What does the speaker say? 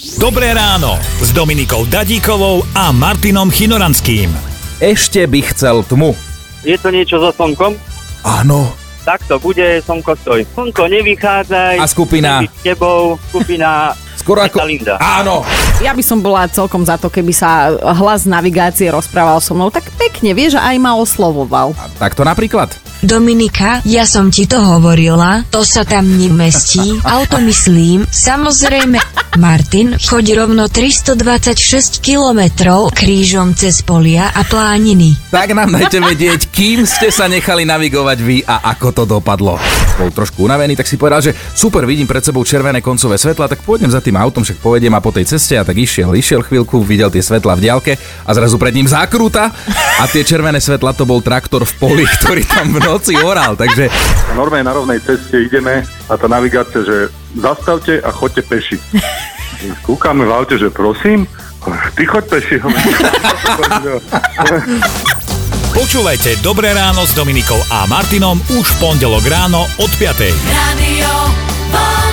Dobré ráno s Dominikou Dadíkovou a Martinom Chinoranským. Ešte by chcel tmu. Je to niečo so slnkom? Áno. Takto bude, slnko stoj. Slnko nevychádzaj. A skupina? nebyť S tebou, skupina Skoro ako... Teta Linda. Áno. Ja by som bola celkom za to, keby sa hlas navigácie rozprával so mnou. Tak pekne, vieš, aj ma oslovoval. A takto napríklad. Dominika, ja som ti to hovorila, to sa tam nemestí, auto myslím, samozrejme. Martin, choď rovno 326 kilometrov krížom cez polia a plániny. Tak nám dajte vedieť, kým ste sa nechali navigovať vy a ako to dopadlo. Bol trošku unavený, tak si povedal, že super, vidím pred sebou červené koncové svetla, tak pôjdem za tým autom, však povediem a po tej ceste a tak išiel, išiel chvíľku, videl tie svetla v diaľke a zrazu pred ním zákrúta a tie červené svetla to bol traktor v poli, ktorý tam v noci oral, takže Normálne na rovnej ceste ideme a tá navigácia, že zastavte a choďte peši. Kúkame v aute, že prosím, ty choď peši. Počúvajte Dobré ráno s Dominikou a Martinom už v pondelok ráno od 5. Radio Vlna.